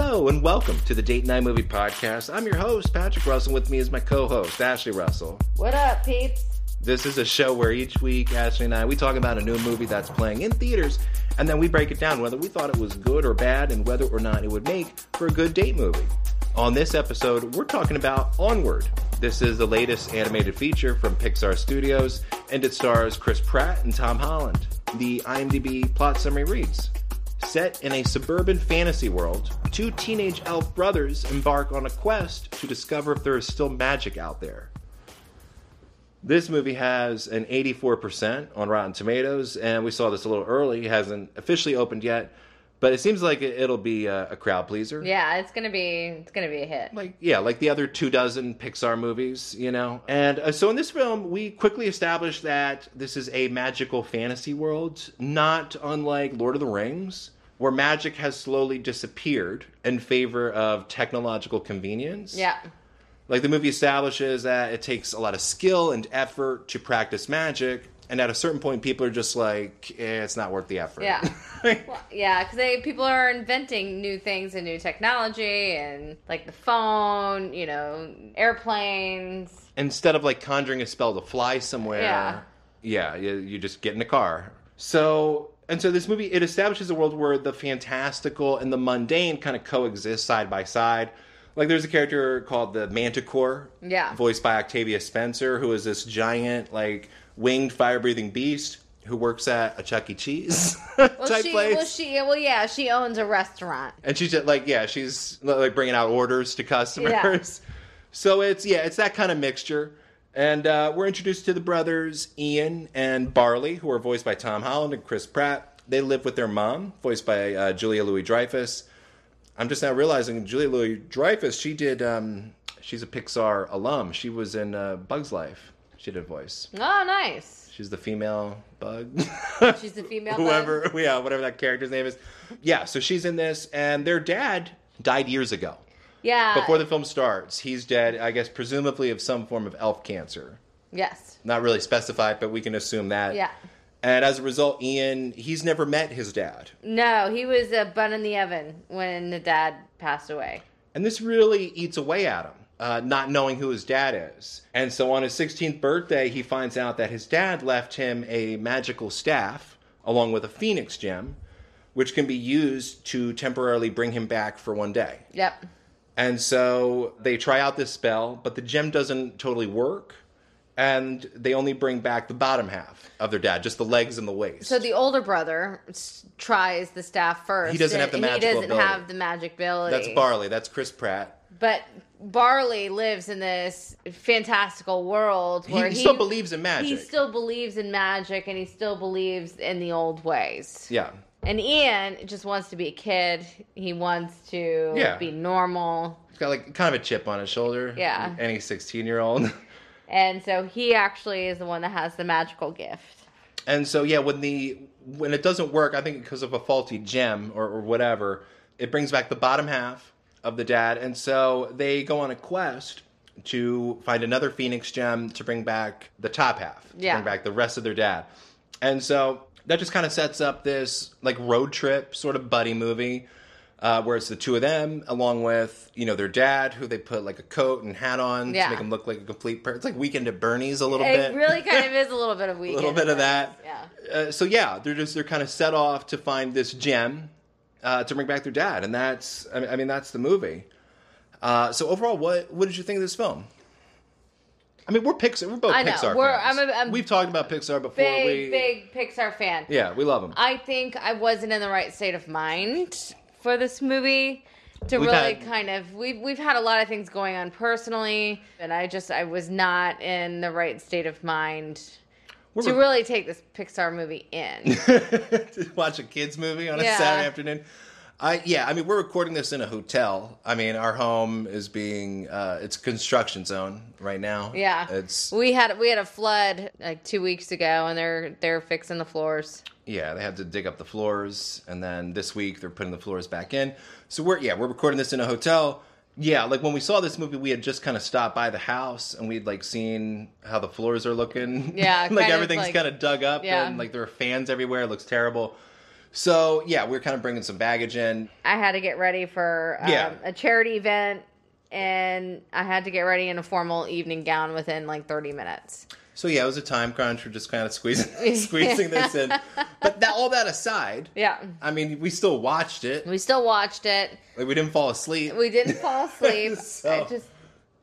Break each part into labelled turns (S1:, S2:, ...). S1: welcome to the Date Night Movie Podcast. I'm your host, Patrick Russell. With me is my co host, Ashley Russell.
S2: What up, peeps?
S1: This is a show where each week, Ashley and I, we talk about a new movie that's playing in theaters, and then we break it down whether we thought it was good or bad and whether or not it would make for a good date movie. On this episode, we're talking about Onward. This is the latest animated feature from Pixar Studios, and it stars Chris Pratt and Tom Holland. The IMDb plot summary reads Set in a suburban fantasy world, two teenage elf brothers embark on a quest to discover if there is still magic out there. This movie has an 84% on Rotten Tomatoes, and we saw this a little early. It hasn't officially opened yet, but it seems like it- it'll be a, a crowd pleaser.
S2: Yeah, it's gonna be it's gonna be a hit.
S1: Like, yeah, like the other two dozen Pixar movies, you know? And uh, so in this film, we quickly establish that this is a magical fantasy world, not unlike Lord of the Rings, where magic has slowly disappeared in favor of technological convenience.
S2: Yeah,
S1: Like the movie establishes that it takes a lot of skill and effort to practice magic, and at a certain point, people are just like, eh, it's not worth the effort.
S2: Yeah. well, yeah, because they people are inventing new things and new technology and like the phone, you know, airplanes.
S1: Instead of like conjuring a spell to fly somewhere,
S2: Yeah.
S1: yeah, you, you just get in a car. So and so this movie it establishes a world where the fantastical and the mundane kind of coexist side by side. Like there's a character called the Manticore,
S2: Yeah.
S1: voiced by Octavia Spencer, who is this giant like winged fire breathing beast who works at a Chuck E. Cheese
S2: Well,
S1: type
S2: she,
S1: place.
S2: well, she, well, yeah, she owns a restaurant.
S1: And she's just, like, yeah, she's like bringing out orders to customers. So it's yeah, it's that kind of mixture. And uh, we're introduced to the brothers Ian and Barley, who are voiced by Tom Holland and Chris Pratt. They live with their mom, voiced by uh, Julia Louis Dreyfus. I'm just now realizing Julia Louis Dreyfus. She did. Um, she's a Pixar alum. She was in uh, Bug's Life. She did a voice.
S2: Oh, nice.
S1: She's the female bug.
S2: She's the female.
S1: whoever
S2: bug.
S1: yeah whatever that character's name is yeah so she's in this and their dad died years ago
S2: Yeah.
S1: before the film starts he's dead i guess presumably of some form of elf cancer
S2: yes.
S1: not really specified but we can assume that
S2: Yeah.
S1: and as a result ian he's never met his dad
S2: No, he was a bun in the oven when the dad passed away.
S1: and this really eats away at him uh, not knowing who his dad is and so on his 16th birthday he finds out that his dad left him a magical staff along with a phoenix gem which can be used to temporarily bring him back for one day
S2: Yep.
S1: And so they try out this spell, but the gem doesn't totally work. And they only bring back the bottom half of their dad, just the legs and the waist.
S2: So the older brother s- tries the staff first.
S1: He doesn't
S2: and
S1: have the magical
S2: He doesn't
S1: ability.
S2: have the magic ability.
S1: that's Barley. That's Chris Pratt.
S2: But Barley lives in this fantastical world
S1: He,
S2: where
S1: he still believes in magic.
S2: He still believes in magic and he still believes in the old ways.
S1: yeah.
S2: And Ian just wants to be a kid. He wants to
S1: Yeah.
S2: be normal.
S1: He's got like kind of a chip on his shoulder.
S2: Yeah.
S1: Any 16 year old.
S2: And so he actually is the one that has the magical gift.
S1: And so yeah, when the when it doesn't work, I think because of a faulty gem or, or whatever, it brings back the bottom half of the dad, and so they go on a quest to find another phoenix gem to bring back the top half, to
S2: Yeah.
S1: bring back the rest of their dad, and so that just kind of sets up this like road trip sort of buddy movie. Uh, where it's the two of them, along with you know their dad, who they put like a coat and hat on
S2: Yeah.
S1: to make him look like a complete. Per- it's like Weekend at Bernie's a little
S2: It
S1: bit
S2: really kind of is a little bit of weekend.
S1: little bit of that.
S2: Yeah.
S1: Uh, so yeah, they're just they're kind of set off to find this gem uh, to bring back their dad, and that's I mean, I mean that's the movie. Uh, so overall, what what did you think of this film? I mean, we're Pixar. We're both
S2: I know.
S1: Pixar
S2: We're-
S1: fans.
S2: I'm a- I'm
S1: We've talked about Pixar before.
S2: Big,
S1: we,
S2: big Pixar fan.
S1: Yeah, we love them.
S2: I think I wasn't in the right state of mind for this movie to
S1: We've
S2: really
S1: had-
S2: kind of we've we've had a lot of things going on personally and I just I was not in the right state of mind
S1: We're
S2: to really take this Pixar movie in.
S1: to watch a kids movie on a
S2: Yeah.
S1: Saturday afternoon. I yeah, I mean we're recording this in a hotel. I mean our home is being uh, it's a construction zone right now.
S2: Yeah.
S1: it's
S2: we had we had a flood like 2 weeks ago and they're they're fixing the floors.
S1: Yeah, they had to dig up the floors, and then this week they're putting the floors back in. So we're yeah, we're recording this in a hotel. Yeah, like when we saw this movie, we had just kind of stopped by the house and we'd like seen how the floors are looking.
S2: Yeah,
S1: like
S2: kind of,
S1: everything's
S2: like-
S1: kind of dug up
S2: yeah.
S1: and like there are fans everywhere. It looks terrible. So yeah, we're kind of bringing some baggage in.
S2: I had to get ready for um,
S1: Yeah.
S2: a charity event, and I had to get ready in a formal evening gown within like 30 minutes.
S1: So yeah, it was a time crunch. We're just kind of squeezing squeezing this in. But that, all that aside,
S2: Yeah.
S1: I mean, we still watched it.
S2: We still watched it.
S1: Like, we didn't fall asleep.
S2: We didn't fall asleep.
S1: So-
S2: I just,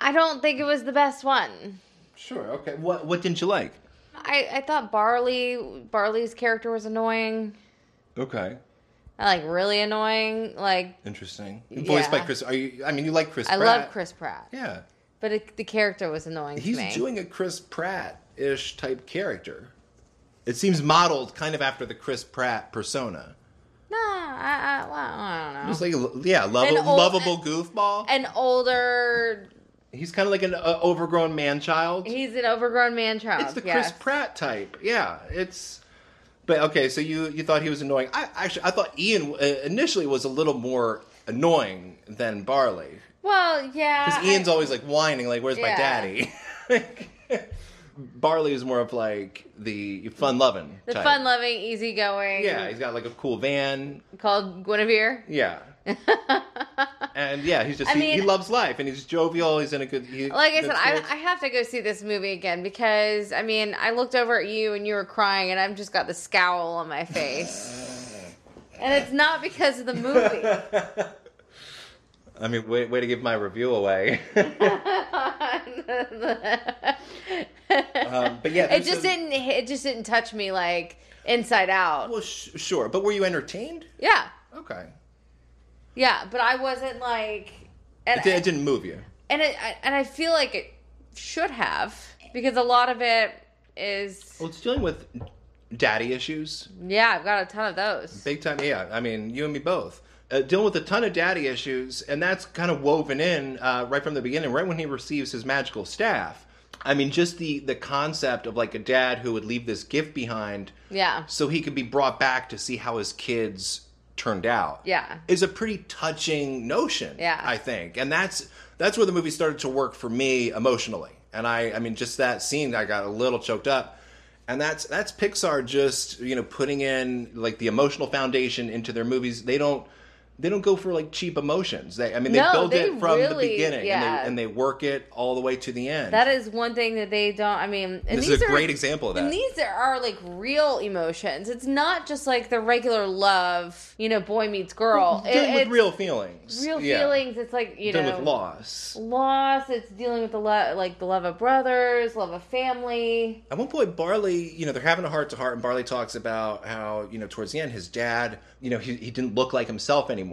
S2: I don't think it was the best one.
S1: Sure. Okay. What What didn't you like?
S2: I, I thought Barley Barley's character was annoying,
S1: Okay.
S2: like really annoying. Like
S1: Interesting. Voiced by
S2: Yeah.
S1: Chris. Are you? I mean, you like Chris.
S2: I
S1: Pratt.
S2: love Chris Pratt,
S1: Yeah.
S2: but it, the character was annoying
S1: He's
S2: to me.
S1: doing a Chris Pratt ish type character. It seems modeled kind of after the Chris Pratt persona.
S2: No, I, I, well, I don't know.
S1: It's like, yeah, lov-
S2: Oh. An old-
S1: lovable goofball.
S2: an older.
S1: He's kind of like an uh, overgrown man child.
S2: He's an overgrown man child.
S1: It's the
S2: yes.
S1: Chris Pratt type. Yeah, it's. But okay, so you you thought he was annoying. I actually I thought Ian uh, initially was a little more annoying than Barley
S2: Well, yeah.
S1: because Ian's
S2: I-
S1: always like whining, like "Where's my
S2: Yeah.
S1: daddy?" Barley is more of like the fun loving.
S2: the fun-loving, easygoing.
S1: Yeah, he's got like a cool van.
S2: Called Guinevere.
S1: Yeah. and yeah, he's just
S2: I
S1: he,
S2: mean-
S1: he loves life and he's jovial. He's in a good. He,
S2: Like I
S1: good
S2: said, I,
S1: spirits.
S2: I have to go see this movie again because I mean I looked over at you and you were crying and I've just got the scowl on my face, and it's not because of the movie.
S1: I mean, way, way to give my review away. um, but yeah,
S2: it
S1: there's
S2: just
S1: a-
S2: didn't it just didn't touch me like inside out.
S1: Well, sh- sure, but were you entertained?
S2: yeah,
S1: Okay,
S2: yeah, but I wasn't like and
S1: it, di- it didn't move you.
S2: and it, I- and I feel like it should have because a lot of it is
S1: Well, it's dealing with daddy issues,
S2: yeah I've got a ton of those.
S1: big time. Yeah, I mean, you and me both. Uh, dealing with a ton of daddy issues, and that's kind of woven in uh, right from the beginning, right when he receives his magical staff. I mean, just the the concept of like a dad who would leave this gift behind
S2: Yeah,
S1: so he could be brought back to see how his kids turned out.
S2: yeah.
S1: is a pretty touching notion.
S2: Yeah.
S1: I think, and that's that's where the movie started to work for me emotionally. And I, I mean, just that scene, I got a little choked up. And that's that's Pixar just you know putting in like the emotional foundation into their movies. They don't they don't go for like cheap emotions. They I mean they
S2: No,
S1: build
S2: they
S1: it from the
S2: really-
S1: beginning
S2: yeah.
S1: and, they, and they work it all the way to the end.
S2: That is one thing that they don't. I mean, and
S1: this
S2: these
S1: is a
S2: are,
S1: great example of that.
S2: And these are, are like real emotions. It's not just like the regular love, you know, boy meets girl. It-
S1: Dealing
S2: it's
S1: with real feelings,
S2: real
S1: Yeah.
S2: feelings. It's like you
S1: Dealing
S2: know,
S1: with loss.
S2: loss. It's dealing with the love, like the love of brothers, love of family.
S1: At one point, Barley, you know, they're having a heart to heart, and Barley talks about how, you know, towards the end, his dad, you know, he, he didn't look like himself anymore.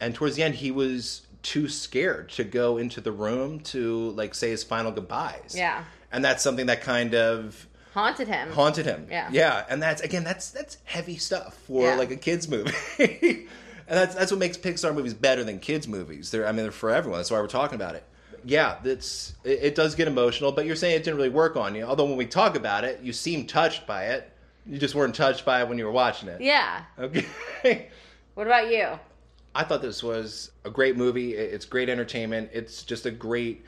S1: And towards the end, he was too scared to go into the room to, like, say his final goodbyes.
S2: Yeah.
S1: And that's something that kind of
S2: Haunted him.
S1: haunted him.
S2: Yeah.
S1: Yeah. And that's, again, that's that's heavy stuff for,
S2: Yeah.
S1: like, a kid's movie. and that's, that's what makes Pixar movies better than kids' movies. They're, I mean, they're for everyone. That's why we're talking about it. Yeah, that's it, it does get emotional, but you're saying it didn't really work on you. Although when we talk about it, you seem touched by it. You just weren't touched by it when you were watching it.
S2: yeah.
S1: Okay.
S2: What about you?
S1: I thought this was a great movie. It- It's great entertainment. It's just a great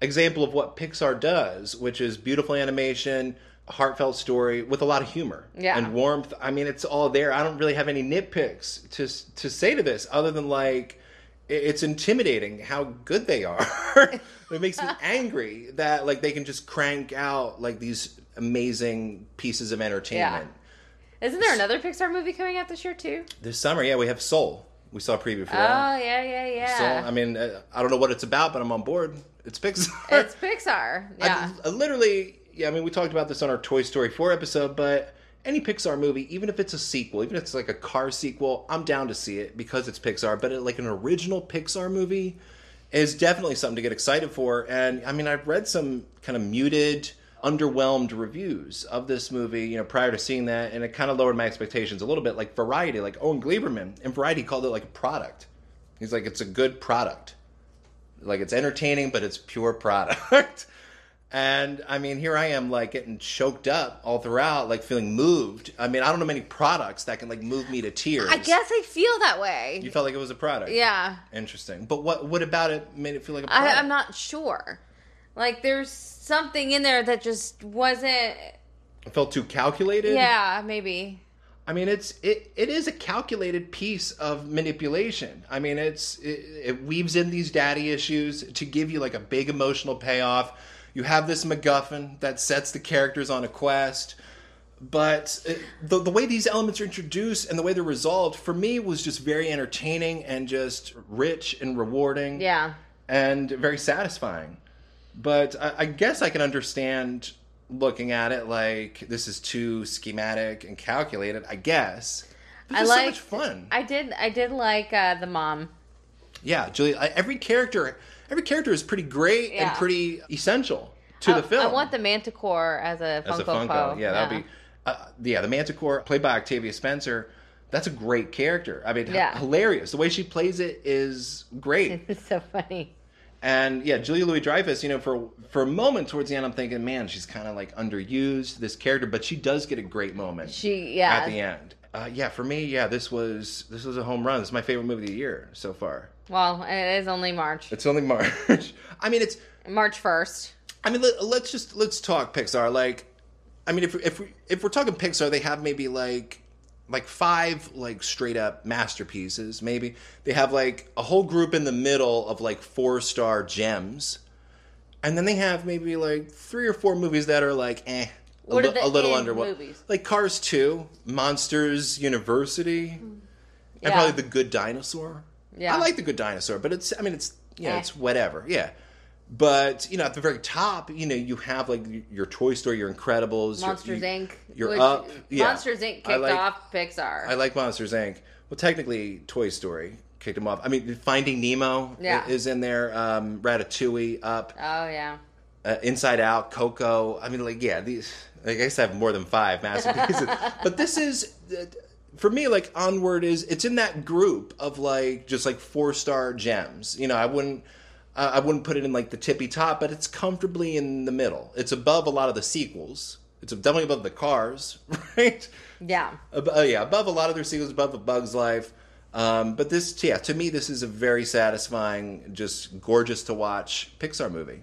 S1: example of what Pixar does, which is beautiful animation, heartfelt story with a lot of humor
S2: Yeah.
S1: and warmth. I mean, it's all there. I don't really have any nitpicks to to say to this other than like i- it's intimidating how good they are. it makes me angry that like they can just crank out like these amazing pieces of entertainment.
S2: Isn't there another Pixar movie coming out this year too?
S1: This summer, yeah, we have Soul. We saw a preview for that.
S2: Oh yeah, yeah, yeah.
S1: So I mean, uh, I don't know what it's about, but I'm on board. It's Pixar.
S2: it's Pixar.
S1: I-
S2: Yeah.
S1: I literally, yeah. I mean, we talked about this on our Toy Story 4 episode, but any Pixar movie, even if it's a sequel, even if it's like a car sequel, I'm down to see it because it's Pixar. But it, like an original Pixar movie is definitely something to get excited for. And I mean, I've read some kind of muted. Underwhelmed reviews of this movie, you know, prior to seeing that, and it kind of lowered my expectations a little bit. Like Variety, like Owen Gleiberman and Variety called it like a product. He's like, it's a good product. Like it's entertaining, but it's pure product. and I mean, here I am, like getting choked up all throughout, like feeling moved. I mean, I don't know many products that can like move me to tears.
S2: I guess I feel that way.
S1: you felt like it was a product.
S2: yeah.
S1: Interesting. But what what about it made it feel like a
S2: I,
S1: product?
S2: I'm not sure. Like there's something in there that just wasn't.
S1: It felt too calculated.
S2: Yeah, maybe.
S1: I mean, it's it, it is a calculated piece of manipulation. I mean, it's it, it weaves in these daddy issues to give you like a big emotional payoff. You have this MacGuffin that sets the characters on a quest, but it, the the way these elements are introduced and the way they're resolved for me was just very entertaining and just rich and rewarding
S2: Yeah.
S1: and very satisfying. But I, I guess I can understand looking at it like this is too schematic and calculated. I guess. But
S2: I
S1: there's so
S2: liked-
S1: much fun.
S2: I did. I did like uh, the mom.
S1: yeah, Julie. I, every character, every character is pretty great and
S2: Yeah.
S1: pretty essential to
S2: I-
S1: the film.
S2: I want the Manticore as a Funko
S1: as a Funko.
S2: Pop.
S1: Yeah, that'll be. Uh, yeah, the Manticore, played by Octavia Spencer. That's a great character. I mean, h-
S2: Yeah.
S1: hilarious. The way she plays it is great.
S2: It's so funny.
S1: And yeah, Julia Louis Dreyfus, you know, for for a moment towards the end, I'm thinking, man, she's kind of like underused this character, but she does get a great moment
S2: She yeah.
S1: at the end. Uh, yeah, for me, yeah, this was this was a home run. This is my favorite movie of the year so far.
S2: Well, it is only March.
S1: It's only March. I mean, it's
S2: March first.
S1: I mean, let, let's just let's talk Pixar. Like, I mean, if if we if we're talking Pixar, they have maybe like like five like straight up masterpieces. Maybe they have like a whole group in the middle of like four star gems, and then they have maybe like three or four movies that are like eh, a,
S2: What are
S1: li-
S2: the
S1: a little
S2: end
S1: underwhelming.
S2: movies?
S1: Like Cars Two, Monsters University,
S2: Mm-hmm. Yeah.
S1: and probably The Good Dinosaur.
S2: Yeah.
S1: I like The Good Dinosaur, but it's I mean it's you know
S2: Eh.
S1: it's whatever. Yeah. But you know, at the very top, you know, you have like your Toy Story, your Incredibles, your-
S2: Monsters
S1: you-
S2: Inc.
S1: You're up. Yeah.
S2: Monsters Inc. kicked
S1: I like,
S2: off Pixar.
S1: I like Monsters Inc. Well, technically, Toy Story kicked them off. I mean, Finding Nemo i-
S2: Yeah.
S1: is in there. Um, Ratatouille, Up,
S2: oh yeah.
S1: uh, Inside Out, Coco. I mean, like yeah, these. I guess I have more than five masterpieces, but this is. uh, For me, like Onward is it's in that group of like just like four star gems. You know, I wouldn't uh, I wouldn't put it in like the tippy top, but it's comfortably in the middle. It's above a lot of the sequels. It's definitely above the Cars, right?
S2: Yeah.
S1: Ab- uh, yeah, above a lot of their sequels, above A Bug's Life. Um, but this, yeah, to me, this is a very satisfying, just gorgeous to watch Pixar movie.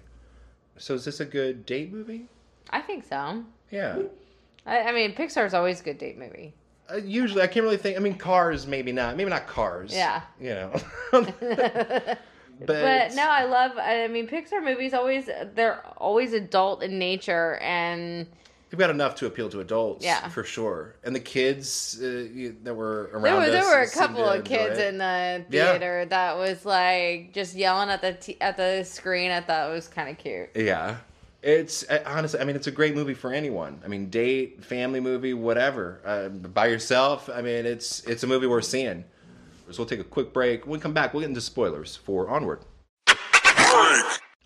S1: So is this a good date movie?
S2: I think so.
S1: Yeah.
S2: I, I mean, Pixar's always a good date movie.
S1: Uh, usually, I can't really think. I mean, Cars, maybe not. Maybe not Cars.
S2: Yeah.
S1: You know. but,
S2: But no, I love. I mean, Pixar movies always they're always adult in nature, and
S1: They've got enough to appeal to adults,
S2: Yeah.
S1: for sure. And the kids uh, you- that were around
S2: there were
S1: us
S2: there were a
S1: seemed
S2: couple
S1: to
S2: of
S1: enjoy
S2: kids
S1: it.
S2: in the
S1: Yeah.
S2: theater that was like just yelling at the t- at the screen. I thought it was kind of cute.
S1: Yeah. It's uh, honestly, I mean, it's a great movie for anyone. I mean, date, family movie, whatever. Uh, by yourself, I mean, it's it's a movie worth seeing. So we'll take a quick break. When we come back, we'll get into spoilers for Onward.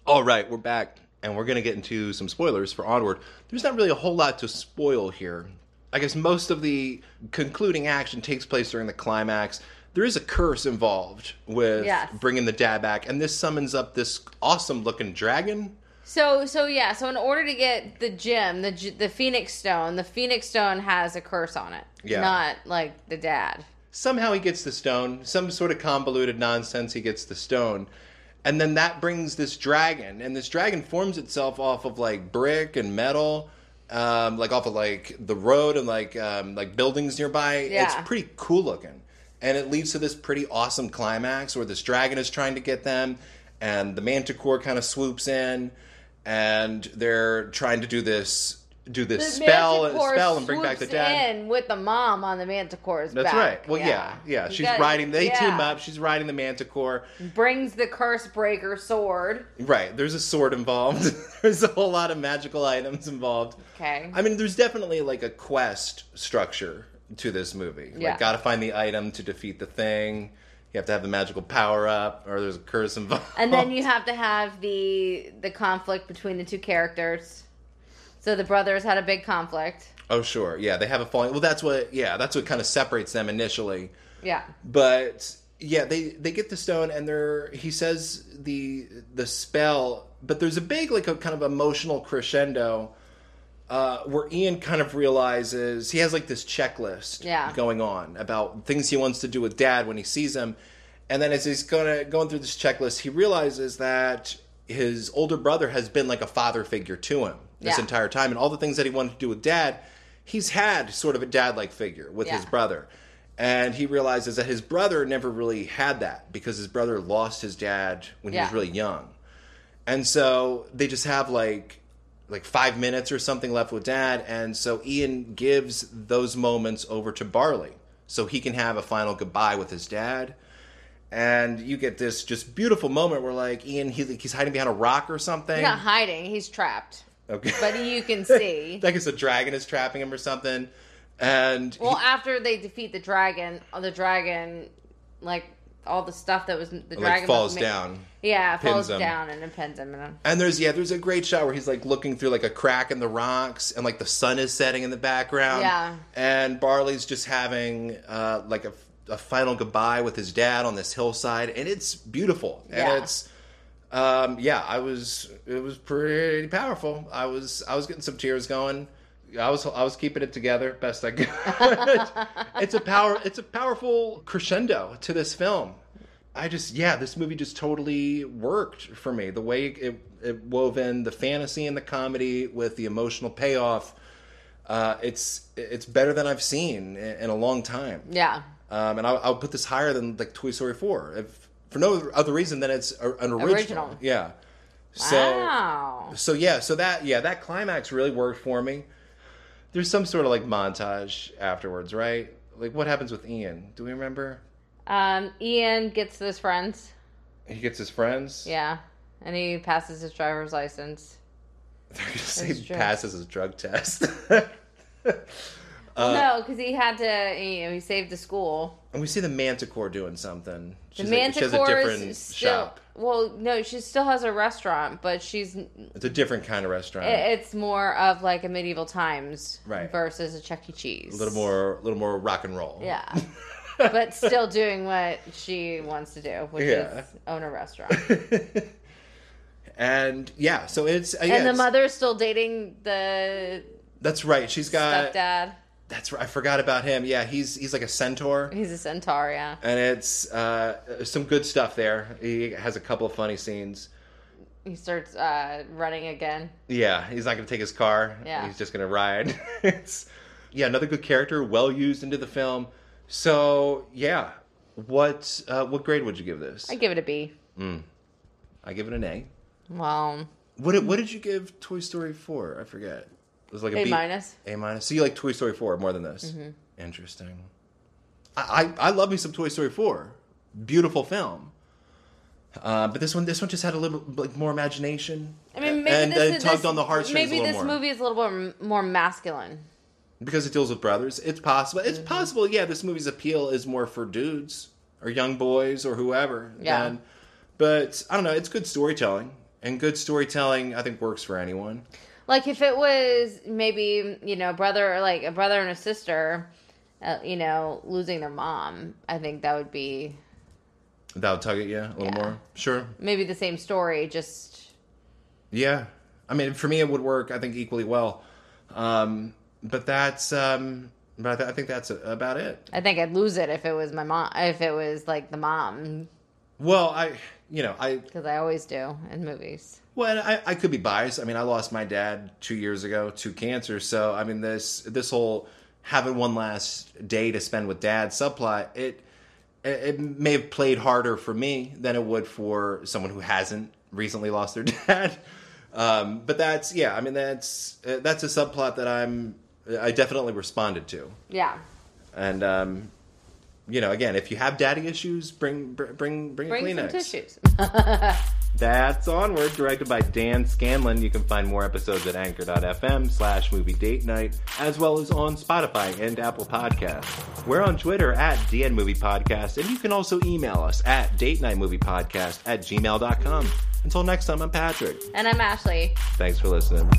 S1: All right, we're back, and we're gonna get into some spoilers for Onward. There's not really a whole lot to spoil here. I guess most of the concluding action takes place during the climax. There is a curse involved with
S2: Yes.
S1: bringing the dad back, and this summons up this awesome-looking dragon.
S2: So so yeah. So in order to get the gem, the g- the Phoenix Stone, the Phoenix Stone has a curse on it.
S1: Yeah.
S2: Not like the dad.
S1: somehow he gets the stone some sort of convoluted nonsense he gets the stone and then that brings this dragon and this dragon forms itself off of like brick and metal um, like off of like the road and like um, like buildings nearby
S2: Yeah.
S1: it's pretty cool looking and it leads to this pretty awesome climax where this dragon is trying to get them and the manticore kind of swoops in and they're trying to do this do this spell spell and bring back the
S2: swoops
S1: dad
S2: in with the mom on the Manticore's
S1: that's
S2: back.
S1: right. Well, yeah, yeah.
S2: You
S1: She's
S2: got-
S1: riding. They
S2: yeah.
S1: team up. She's riding the Manticore.
S2: Brings the curse breaker sword.
S1: Right. There's a sword involved. there's a whole lot of magical items involved.
S2: Okay.
S1: I mean, there's definitely like a quest structure to this movie.
S2: Yeah.
S1: Like, gotta find the item to defeat the thing. You have to have the magical power up, or there's a curse involved.
S2: and then you have to have the the conflict between the two characters. So the brothers had a big conflict.
S1: Oh, sure. Yeah, they have a falling. Well, that's what. Yeah, that's what kind of separates them initially.
S2: Yeah.
S1: but yeah they they get the stone and they're he says the the spell but there's a big like a kind of emotional crescendo uh, where Ian kind of realizes he has like this checklist
S2: Yeah.
S1: going on about things he wants to do with dad when he sees him. And then as he's gonna going through this checklist, he realizes that his older brother has been like a father figure to him this
S2: Yeah.
S1: entire time, and all the things that he wanted to do with dad, he's had sort of a dad like figure with his
S2: Yeah.
S1: brother. And he realizes that his brother never really had that because his brother lost his dad when he was
S2: Yeah.
S1: really young. And so they just have like like 5 minutes or something left with dad and so Ian gives those moments over to Barley so he can have a final goodbye with his dad. And you get this just beautiful moment where like Ian he, he's hiding behind a rock or something.
S2: He's not hiding. He's trapped.
S1: Okay.
S2: But you can see.
S1: like it's a dragon is trapping him or something. And
S2: well, after they defeat the dragon, uh, the dragon, like all the stuff that was the
S1: he, like
S2: dragon was
S1: falls
S2: ma-
S1: down.
S2: Yeah,
S1: Pins
S2: falls
S1: him.
S2: down and it pins him. And I'm,
S1: And there's yeah, there's a great shot where he's like looking through like a crack in the rocks, and like the sun is setting in the background.
S2: Yeah.
S1: And Barley's just having uh, like a, a final goodbye with his dad on this hillside, and it's beautiful. And
S2: Yeah.
S1: it's um, yeah, I was it was pretty powerful. I was I was getting some tears going. I was I was keeping it together best I could. it's a power it's a powerful crescendo to this film. I just yeah, this movie just totally worked for me. The way it it wove in the fantasy and the comedy with the emotional payoff. Uh, it's it's better than I've seen in, in a long time.
S2: yeah.
S1: Um, and I'll, I'll put this higher than like Toy Story 4, if, for no other reason than it's a, an original.
S2: Original.
S1: Yeah.
S2: Wow.
S1: So yeah, so that yeah that climax really worked for me. There's some sort of like montage afterwards, right? Like what happens with Ian? Do we remember?
S2: Um, Ian gets to his friends.
S1: He gets his friends.
S2: Yeah. And he passes his driver's license.
S1: They're gonna say
S2: That's true.
S1: passes his drug test. Uh,
S2: no, because he had to, you know, he saved the school.
S1: and we see the Manticore doing something. She's
S2: The
S1: a- she has a
S2: Manticore
S1: different
S2: is still,
S1: shop.
S2: well, no, she still has a restaurant, but she's, it-
S1: It's a different kind of restaurant.
S2: it's more of like a medieval times
S1: Oh. Right.
S2: versus a Chuck E. Cheese.
S1: a little more, a little more rock and roll.
S2: Yeah. but still doing what she wants to do, which
S1: Yeah.
S2: is own a restaurant.
S1: and yeah, so it's uh, yeah,
S2: and the
S1: it's-
S2: mother's still dating the
S1: That's right. She's got.
S2: stepdad.
S1: That's right. I forgot about him. Yeah, he's he's like a centaur,
S2: He's a centaur, yeah.
S1: and it's uh, some good stuff there. He has a couple of funny scenes.
S2: He starts uh, running again.
S1: Yeah, he's not going to take his car.
S2: Yeah.
S1: he's just going to ride. it's yeah, another good character, well used into the film. So yeah, what uh, what grade would you give this?
S2: I give it a B.
S1: I give it an A.
S2: Well,
S1: What did, what did you give Toy Story four? I forget. It was like a
S2: A
S1: B-
S2: minus.
S1: A minus. So you like Toy Story four more than this?
S2: Mm-hmm.
S1: Interesting. I, I I love me some Toy Story four. Beautiful film. Uh, but this one this one just had a little like more imagination.
S2: I mean, maybe
S1: and
S2: this,
S1: and
S2: is-
S1: tugged
S2: this-
S1: on the heartstrings
S2: Maybe
S1: a little
S2: this
S1: more
S2: movie is a little more more masculine.
S1: because it deals with brothers. It's possible. It's
S2: Mm-hmm.
S1: possible. Yeah, this movie's appeal is more for dudes or young boys or whoever.
S2: Yeah.
S1: than- but I don't know. It's good storytelling, and good storytelling I think works for anyone.
S2: Like if it was maybe you know brother like a brother and a sister, uh, you know losing their mom. I think that would be
S1: That'll tug at you a little
S2: Yeah.
S1: more. Sure.
S2: maybe the same story. Just
S1: Yeah. I mean, for me, it would work, I think, equally well. Um, but that's, um, but I, th- I think that's about it.
S2: I think I'd lose it if it was my mom. If it was like the mom,
S1: Well, I, you know, I,
S2: because I always do in movies.
S1: well, I, I could be biased. I mean, I lost my dad two years ago to cancer. So, I mean, this, this whole having one last day to spend with dad subplot, it, it, it may have played harder for me than it would for someone who hasn't recently lost their dad. Um, but that's, yeah, I mean, that's, uh, that's a subplot that I'm, I definitely responded to.
S2: Yeah,
S1: And um, you know, again, if you have daddy issues, bring br- bring bring,
S2: bring
S1: a
S2: some
S1: Kleenex.
S2: tissues.
S1: That's Onward, directed by Dan Scanlon. You can find more episodes at anchor.fm slash movie date night, as well as on Spotify and Apple Podcasts. We're on Twitter at DN Movie Podcast, and you can also email us at date night movie podcast at gmail.com. Until next time, I'm Patrick.
S2: And I'm Ashley.
S1: Thanks for listening.